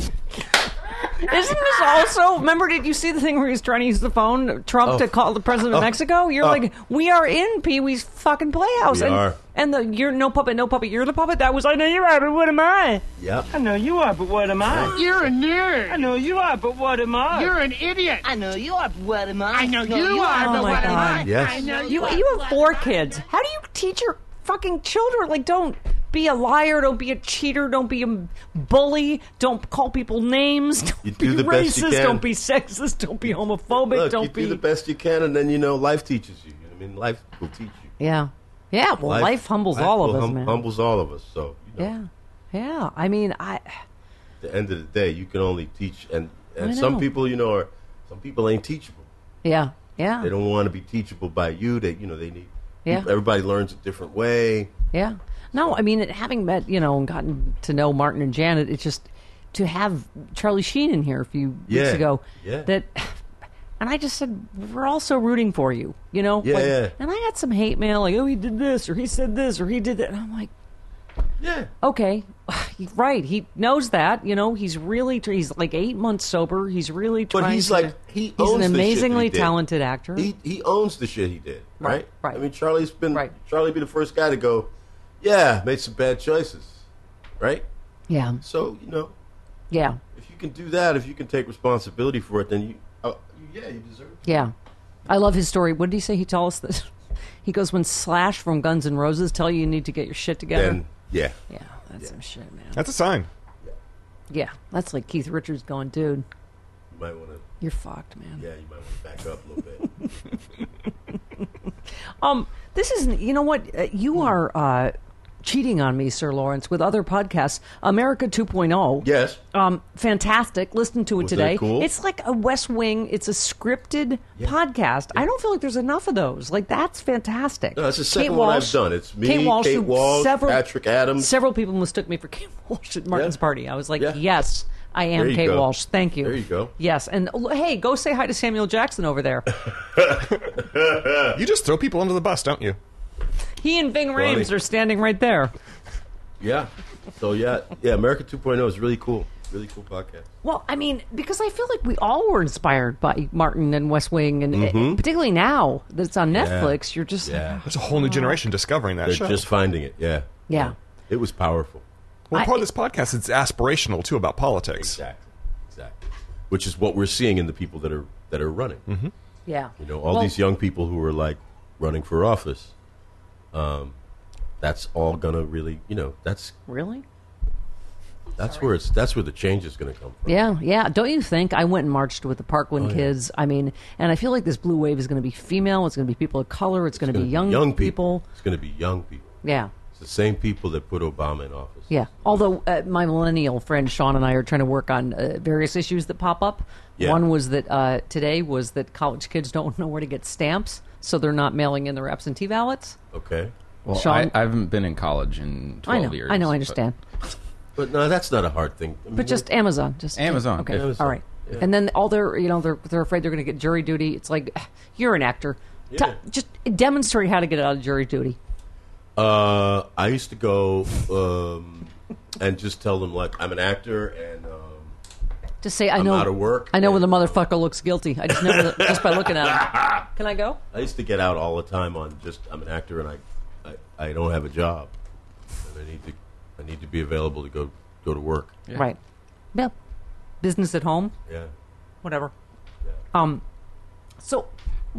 Isn't this also? Remember, did you see the thing where he was trying to use the phone, Trump, Oh. to call the president of Mexico? You're like, we are in Pee Wee's fucking playhouse, We and are. and the you're no puppet, no puppet, you're the puppet. That was I know you are, but what am I? Yep. I know you are, but what am I? You're a I nerd. know you are, but what am I? You're an idiot. I know you are, but what am I? I know you are, Oh but my what am I? God. Yes. I know You you have four kids. How do you teach your fucking children? Like, don't be a liar, don't be a cheater, don't be a bully, don't call people names, don't You be do the racist, best you can. don't be sexist, don't be homophobic, Look, don't you be do the best you can, and then you know life teaches you. You know what I mean, life will teach you. yeah. Yeah, well, life, humbles life all of will us, hum- man. Humbles all of us. So you know, Yeah. Yeah. I mean, I. at the end of the day, you can only teach, and I and some know. people, you know, are some people ain't teachable. Yeah. Yeah. They don't want to be teachable by you. They, you know, they need. Yeah. people- Everybody learns a different way. Yeah. No, I mean, it- having met, you know, and gotten to know Martin and Janet, it's just to have Charlie Sheen in here a few weeks Yeah. ago. Yeah. That. And I just said, we're also rooting for you, you know? Yeah, Like- yeah. And I got some hate mail, like, oh, he did this, or he said this, or he did that. And I'm like, Yeah. okay right he knows that you know he's really tr- he's like eight months sober he's really But trying he's to- like he he's owns an the shit that he amazingly did. talented actor He he owns the shit he did. Right, Right. right. I mean, Charlie's been Right. Charlie be the first guy to go. Yeah, made some bad choices. Right. yeah So you know, yeah oh, if you can do that, if you can take responsibility for it, then you, uh, yeah, you deserve. it. yeah I love his story. What did he say? He told us this. He goes when Slash from Guns N' Roses tell you you need to get your shit together. Then, yeah. yeah, that's some shit, man. That's a sign. Yeah, that's like Keith Richards going, dude, You might want to. you're fucked, man. Yeah, you might want to back up a little bit. Um, this is you know what uh, Hmm. you are uh, cheating on me, Sir Lawrence, with other podcasts. America 2.0. Yes. Um, fantastic. Listen to it Was that today. cool? It's like a West Wing. It's a scripted podcast. I don't feel like there's enough of those. Like that's fantastic. No, that's the Kate second one I've Walsh- done. It's me, Kate Walsh, Kate who Walsh, several, Patrick Adams. Several people mistook me for Kate Walsh at Martin's Yeah. party. I was like, Yeah. yes, I am There you Kate go. Walsh. Thank you. There you go. Yes, and oh, hey, go say hi to Samuel Jackson over there. You just throw people under the bus, don't you? He and Bing Rames are standing right there. Yeah. So, yeah. Yeah, America 2.0 is really cool. Really cool podcast. Well, I mean, because I feel like we all were inspired by Martin and West Wing, and particularly now that it's on Netflix, you're just Mm-hmm. Yeah. There's a whole new generation discovering that They're show. just finding it. Yeah. Yeah. It was powerful. well, part I- of this podcast it's aspirational too about politics. Exactly. Exactly. Which is what we're seeing in the people that are that are running. Mm-hmm. yeah. You know, all Well, these young people who are like running for office. Um, that's all gonna really, you know, that's really. that's where it's that's where the change is gonna come from. Yeah, yeah. Don't you think? I went and marched with the Oh, Parkland kids. I mean, and I feel like this blue wave is going to be female. It's going to be people of color. It's, going to It's be gonna young, people. It's gonna be young people. Yeah, It's the same people that put Obama in office. yeah. Although uh, my millennial friend Sean and I are trying to work on uh, various issues that pop up. Yeah. One was that uh, today was that college kids don't know where to get stamps, so they're not mailing in their absentee ballots. Okay. Well, Sean- I, I haven't been in college in 12 I know. years. I know. I but- understand. But no, that's not a hard thing. I mean, But just Amazon, just Amazon, Okay, yeah. Amazon, all right. And then all their, you know, they're they're afraid they're going to get jury duty. It's like you're an actor. T- Yeah. just demonstrate how to get out of jury duty. Uh, I used to go um, and just tell them like I'm an actor and um, Just say I I'm know out of work I know when the and- motherfucker looks guilty. I just know the- just by looking at him. Can I go? I used to get out all the time on just I'm an actor and I, I, I don't have a job. And I need to I need to be available to go go to work. Right. Yeah. Business at home. Yeah. whatever. Um, so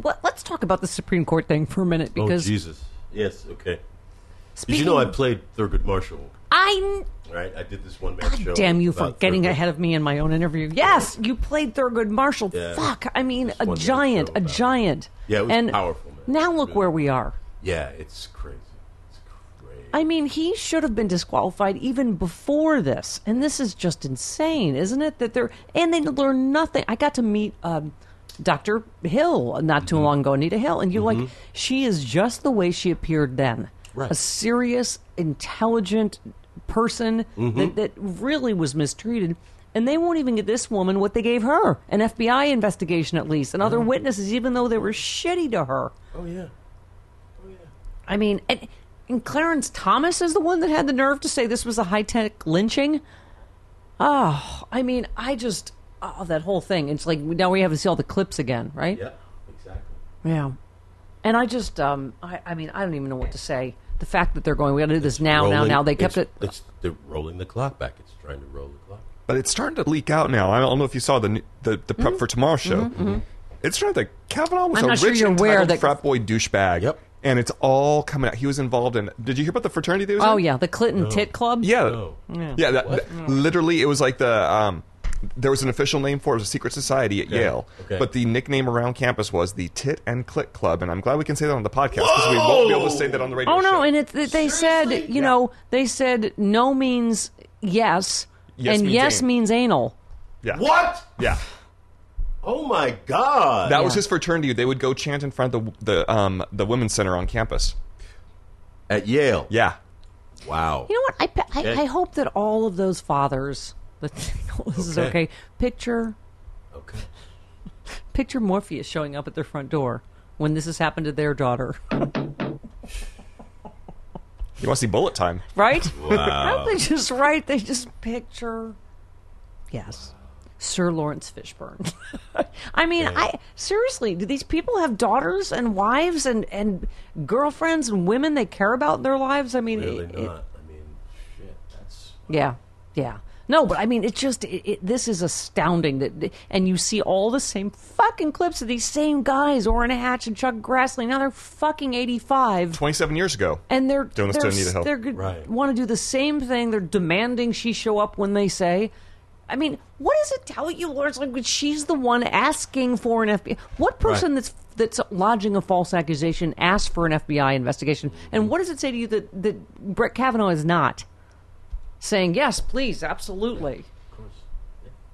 let, us talk about the Supreme Court thing for a minute because oh Jesus. Yes. Okay. Did you speaking- know I played Thurgood Marshall? I Right. I did this one man show. damn you for about getting Thurgood. ahead of me in my own interview. Yes, you played Thurgood Marshall. Yeah. Fuck, I mean Just a wanted to giant, throw a it out. giant. Yeah, it was and powerful, man. Now look Really. where we are. Yeah, it's crazy. It's crazy. I mean, he should have been disqualified even before this, and this is just insane, isn't it? That they're and they learn nothing. I got to meet um, Dr. Hill not too long ago, Anita Hill, and you're like, she is just the way she appeared then, Right. a serious, intelligent person that, that really was mistreated. And they won't even get this woman what they gave her an FBI investigation, at least, and other witnesses, even though they were shitty to her. oh yeah. I mean, and, and Clarence Thomas is the one that had the nerve to say this was a high tech lynching. Oh, I mean, I just oh that whole thing. It's like now we have to see all the clips again, right? Yeah. Exactly. Yeah. And I just, um, I, I mean, I don't even know what to say. The fact that they're going, we got to do this now, now, Rolling- now. They kept it's- it. It's, they're rolling the clock back. It's trying to roll the clock. But it's starting to leak out now. I don't know if you saw the n- the, the prep for tomorrow show. It's trying that Kavanaugh Mm-hmm. was I'm a not rich sure you're aware entitled that- frat boy douchebag. Yep. And it's all coming out. He was involved in. Did you hear about the fraternity? They was Oh in? yeah, the Clinton Tit Club. Yeah. No. Yeah. that, that- literally, it was like the. Um, there was an official name for it. It was a secret society at Yale. Okay. But the nickname around campus was the Tit and Click Club. And I'm glad we can say that on the podcast because we won't be able to say that on the radio Oh no, show. and it's they said, you know, they said no means yes, Yes and means yes anal. means anal. yeah. What? Yeah. Oh my God. That Yeah. was his fraternity. They would go chant in front of the, the, um, the women's center on campus. At Yale. Yeah. Wow. You know what? I, pe- I, I hope that all of those fathers that think this is Okay. okay. Picture Okay. picture Morpheus showing up at their front door when this has happened to their daughter, You want to see bullet time? right? Wow. they just right? They just picture. Yes, Sir Lawrence Fishburne. I mean, I seriously, do these people have daughters and wives and and girlfriends and women they care about in their lives? I mean, Really it- it- not. I mean, shit. That's yeah, yeah. No, but I mean, it's just it, it, this is astounding that, and you see all the same fucking clips of these same guys, Orrin Hatch and Chuck Grassley. Now they're fucking eighty-five, Twenty-seven years ago, and they're Doing this they're to Anita Hill. they're Right. want to do the same thing. They're demanding she show up when they say. I mean, what does it tell you, Lawrence? Like, she's the one asking for an FBI. What person Right. that's that's lodging a false accusation asks for an FBI investigation? And what does it say to you that that Brett Kavanaugh is not? saying yes, please, absolutely. Of course.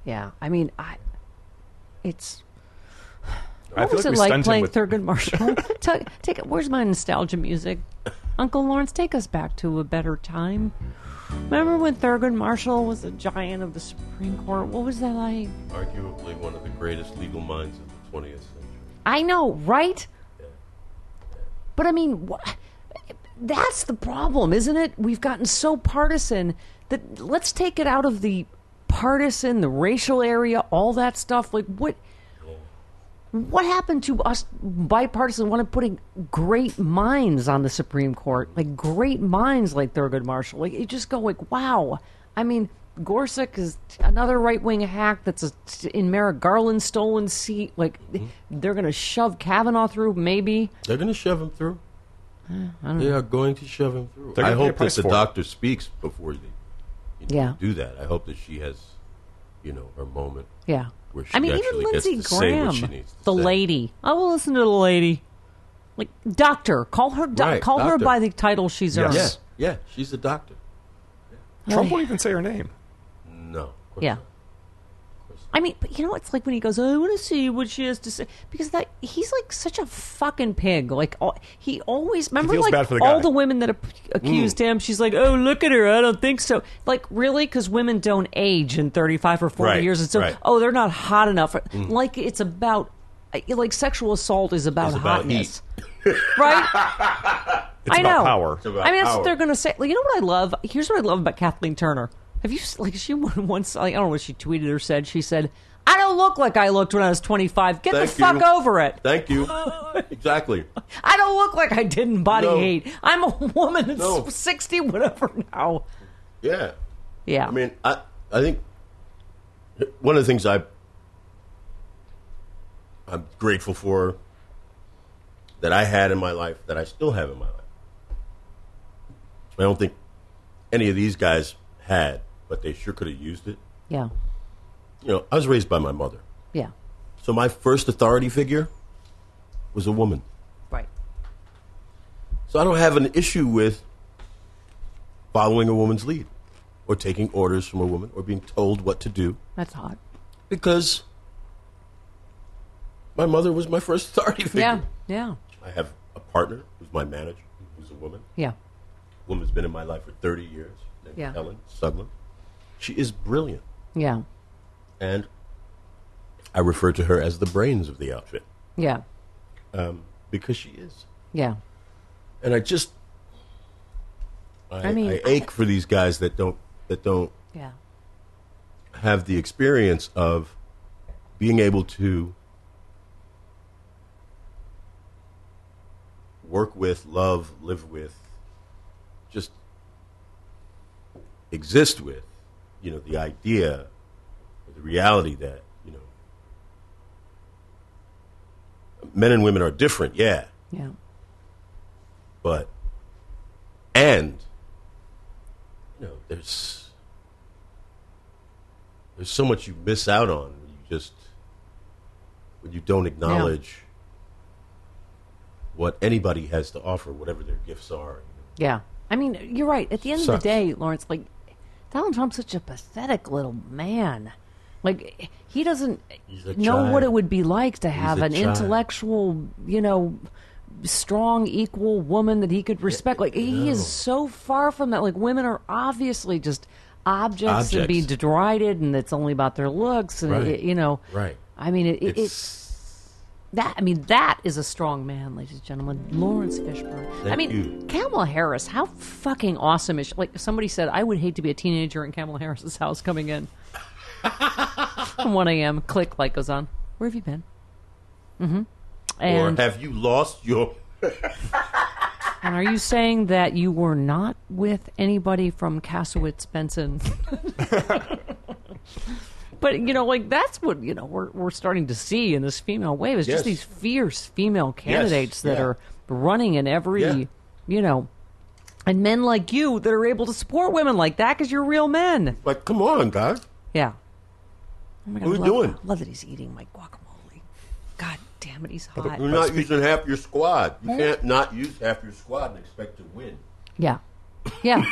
Yeah, I mean, I, it's. I What feel was like it we like stunned him playing with- Thurgood Marshall? Ta- take it. Where's my nostalgia music? Uncle Lawrence, take us back to a better time. Remember when Thurgood Marshall was a giant of the Supreme Court? What was that like? Arguably one of the greatest legal minds of the 20th century. I know, right? But I mean, wha- that's the problem, isn't it? We've gotten so partisan that let's take it out of the partisan, the racial area, all that stuff. Like what what happened to us bipartisan wanted putting great minds on the Supreme Court? Like great minds like Thurgood Marshall. Like you just go like, wow. I mean, Gorsuch is another right wing hack that's a, in Merrick Garland's stolen seat. Like Hmm? they're gonna shove Kavanaugh through, maybe. They're going to shove him through. They are going to shove him through. They're I gonna pay a hope that price the for it. doctor speaks before they you know, Yeah. do that. I hope that she has, you know, her moment. Yeah. Where she I mean, even actually gets Lindsey to say what she Graham, needs to the say. lady. I will listen to the lady. Like doctor, call her doc- Right, call her doctor. by the title she's Yes. earned. Yeah, yeah, she's a doctor. Trump won't even say her name. No. of course Yeah. not. I mean, but you know, it's like when he goes, "I want to see what she has to say," because that he's like such a fucking pig. Like all, he always remember, feels like bad for the all guy. the women that ap- accused him. She's like, "Oh, look at her. I don't think so." Like really, because women don't age in thirty-five or forty Right, years, and so right. oh, they're not hot enough. Like it's about, like sexual assault is about It's about hotness, right? It's I about know. power. about I mean, that's what power. they're going to say. Like, you know what I love? Here's what I love about Kathleen Turner. Have you s- like she won- once? Like, I don't know what she tweeted or said. She said, "I don't look like I looked when I was 25. Get Thank the fuck you. over it. Thank you. exactly. I don't look like I did in body No. hate. I'm a woman that's No. 60, whatever now. Yeah. Yeah, I mean, I I think one of the things I I'm grateful for that I had in my life that I still have in my life. I don't think any of these guys had, but they sure could have used it. yeah, You know, I was raised by my mother, yeah, so my first authority figure was a woman. right, So I don't have an issue with following a woman's lead or taking orders from a woman or being told what to do. that's hot. because my mother was my first authority figure. Yeah, yeah, I have a partner who's my manager, who's a woman. yeah, Woman's been in my life for 30 years. Named Yeah. Helen Sutherland. She is brilliant. yeah, And I refer to her as the brains of the outfit yeah, um, because she is. yeah. And I just, I, I mean- I ache for these guys that don't, that don't Yeah. have the experience of being able to work with, love, live with, just exist with, you know, the idea, the reality that, you know, men and women are different, yeah, Yeah. but, and, you know, there's, there's so much you miss out on when you just when you don't acknowledge what anybody has to offer, whatever their gifts are. Yeah. I mean, you're right. At the end of Sucks. the day, Lawrence, like, Donald Trump's such a pathetic little man. Like, he doesn't He's a know what child. it would be like to have a an child. intellectual, you know, strong, equal woman that he could respect. Like, he is so far from that. Like, women are obviously just objects, to be Objects. derided, and it's only about their looks, and, Right. it, you know. Right. I mean, it, it, it It's that I mean, that is a strong man, ladies and gentlemen. Lawrence Fishburne. I Thank mean, you. Kamala Harris. How fucking awesome is she? Like somebody said, I would hate to be a teenager in Kamala Harris's house coming in. 1 a.m. Click light goes on. Where have you been? Mm-hmm. or And have you lost your And are you saying that you were not with anybody from Casowitz Benson? but you know, like that's what you know we're we're starting to see in this female wave is Yes. just these fierce female candidates that yeah. are running in every Yeah. you know, and men like you that are able to support women like that because you're real men. Like, come on, guy. Yeah. Oh my God, I What are we love, doing? I love that he's eating my guacamole. God damn it, he's hot. You're not using half your squad. You can't not use half your squad and expect to win. Yeah. Yeah.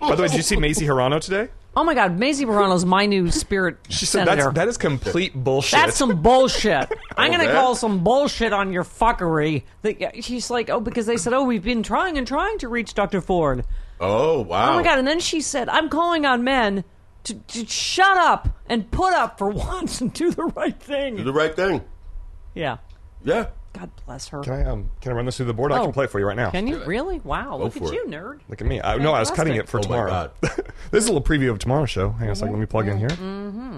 By the way, did you see Macy Hirano today? Oh my God, Maisie Morano's my new spirit She said senator. that's, Oh, that is complete bullshit. That's some bullshit. I'm gonna that? call some bullshit on your fuckery. That yeah, she's like, oh, because they said, oh, we've been trying and trying to reach Dr. Ford. Oh wow! Oh my god! And then she said, I'm calling on men to, to shut up and put up for once and do the right Do thing. the right thing. Yeah. Yeah. God bless her. Can I um, can I run this through the board? I Oh. can play it for you right now. Can you really? Wow! Look at for you, it. nerd. Look at me. I, no, I was cutting it for Oh my tomorrow. God. this is a little preview of tomorrow's show. Hang on a second. Let me plug in here. Mm-hmm.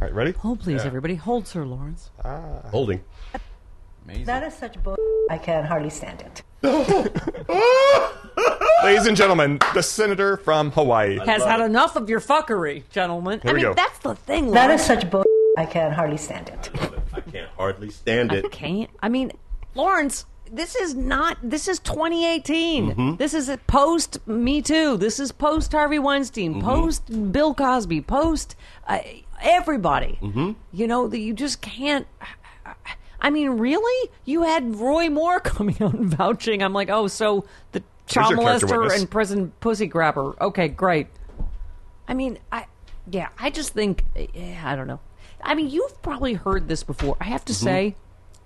right, ready? Hold, please, everybody. Hold, Sir Lawrence. Holding. Amazing. is such bull. I can hardly stand it. Ladies and gentlemen, the senator from Hawaii. Has had enough of your fuckery, gentlemen. I we mean, go. that's the thing. That Lawrence. is such bull. I can hardly stand it. I can't hardly stand it. can't. I mean, Lawrence, this is not. This is 2018. This is a post Me Too. This is post Harvey Weinstein. Post Bill Cosby. Post uh, everybody. You know that you just can't. I mean, really? You had Roy Moore coming out and vouching. I'm like, oh, so the child your character molester witness. and prison pussy grabber. Okay, great. I mean, I yeah, I just think yeah, I don't know. I mean, you've probably heard this before. I have to say,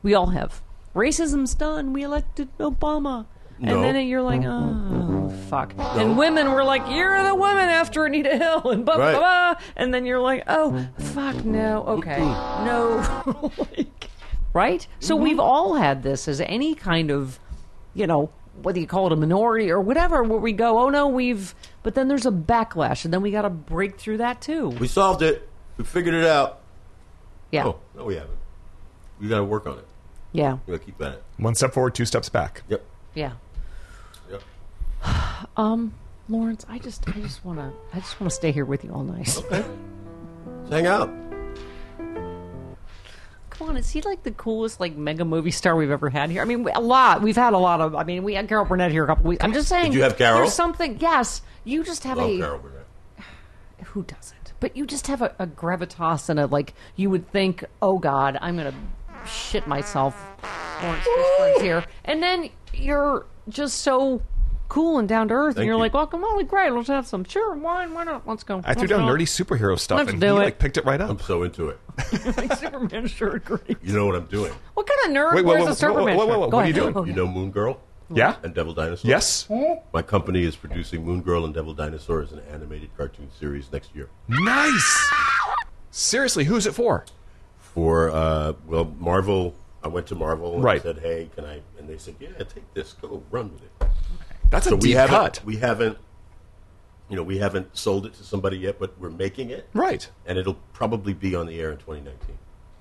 we all have. Racism's done. We elected Obama. No. And then you're like, oh, fuck. And women were like, you're the woman after Anita Hill, and blah, blah, Right. blah. And then you're like, oh, fuck, no, okay, no. like, right? So we've all had this as any kind of, you know, whether you call it a minority or whatever, where we go, oh, no, we've. But then there's a backlash, and then we got to break through that, too. We solved it. We figured it out. Yeah. Oh no, we haven't. We got to work on it. Yeah. We got to keep at it. One step forward, two steps back. Yep. Yeah. Yep. Lawrence, I just, I just want to, I just want to stay here with you all night. Okay. Let's hang out. Come on, is he like the coolest like mega movie star we've ever had here? I mean, we- a lot. We've had a lot of. I mean, we had Carol Burnett here a couple weeks. I'm just saying. Did you have Carol? There's something. Yes, you just have Love a. Carol Burnett. Who doesn't? But you just have a, a gravitas and a like. You would think, oh God, I'm gonna shit myself. Lawrence Fishburne's here, and then you're just so cool and down to earth, and Thank you're you. like, well, come on, like, great, let's have some. Sure, wine, why not? Let's go. I threw Let's down go. nerdy superhero stuff, Let's and do he it. like picked it right I'm up. so into it. like Superman shirt. Great. You know what I'm doing. What kind of nerd Wait, whoa, wears whoa, a Superman whoa, whoa, shirt? whoa, Go what are you ahead. doing? Oh, You yeah. know Moon Girl Mm-hmm. Yeah. and Devil Dinosaur. Yes. My company is producing Moon Girl and Devil Dinosaur as an animated cartoon series next year. Nice. Seriously, who's it for? for uh, well Marvel. I went to Marvel and Right. said, "Hey, can I?" And they said, "Yeah, take this. Go run with it." That's a So we deep haven't. cut. We haven't. You know, we haven't sold it to somebody yet, but we're making it, Right. and it'll probably be on the air in 2019.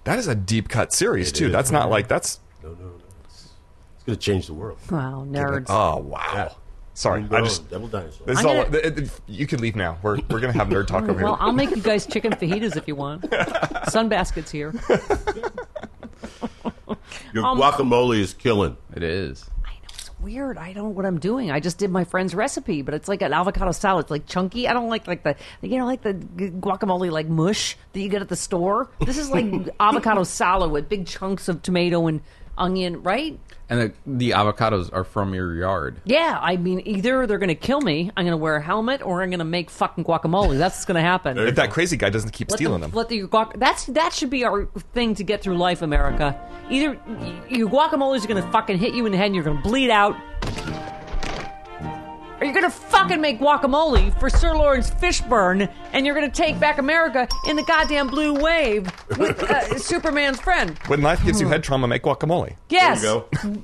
That is a deep cut series It too. is. That's not like that's. No, no, no. It's, it's going to change the world. Wow, nerds. Oh wow. Yeah. Sorry, Moon I Girl just. and Devil Dinosaur. This is I'm all. gonna- th- th- you can leave now. We're we're gonna have nerd talk over Well, here. I'll make you guys chicken fajitas if you want. Sunbasket's here. Your Um, guacamole is killing. It is. I know it's weird. I don't know what I'm doing. I just did my friend's recipe, but it's like an avocado salad. It's like chunky. I don't like like the you know like the g- guacamole like mush that you get at the store. This is like avocado salad with big chunks of tomato and onion, right? And the, the avocados are from your yard. Yeah, I mean either they're gonna kill me, I'm gonna wear a helmet, or I'm gonna make fucking guacamole. That's what's gonna happen. If that crazy guy doesn't keep Let stealing the, them. Let the guac- that's that should be our thing to get through life, America. Either y- your guacamoles are gonna fucking hit you in the head, and you're gonna bleed out. Or you're gonna fucking make guacamole for Sir Lawrence Fishburne, and you're gonna take back America in the goddamn blue wave with uh, Superman's friend. When life gives you head trauma, make guacamole. Yes. There you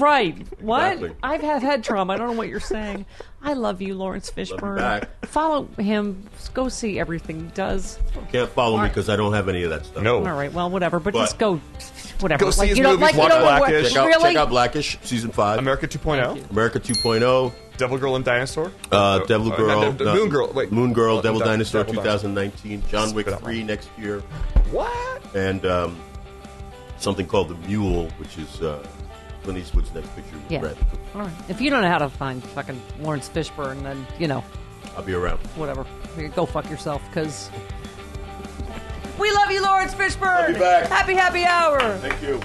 right. What? Exactly. I've had head trauma. I don't know what you're saying. I love you, Lawrence Fishburne. back. Follow him. Go see everything he does. Can't follow me because I don't have any of that stuff. All right. Well, whatever. But, But- just go. Whatever. Go see Like, his you don't movies, like, you watch don't know what- Blackish. Check out, really? check out Blackish, season 5. America oh? 2.0. America 2.0. Devil Girl and Dinosaur. Uh, No, Devil uh, Girl. no, De- no, Moon Girl, wait. Moon Girl, Oh, Devil Devil Dinosaur Dinosaur. 2019, John Wick 3 next year. What? And um, something called The Mule, which is uh, Clint Eastwood's next picture with Yeah. Brad. All right. If you don't know how to find fucking Lawrence Fishburne, then you know, I'll be around. whatever. You Go fuck yourself, because we love you, Lawrence Fishburne. I'll be back. Happy happy hour. Thank you.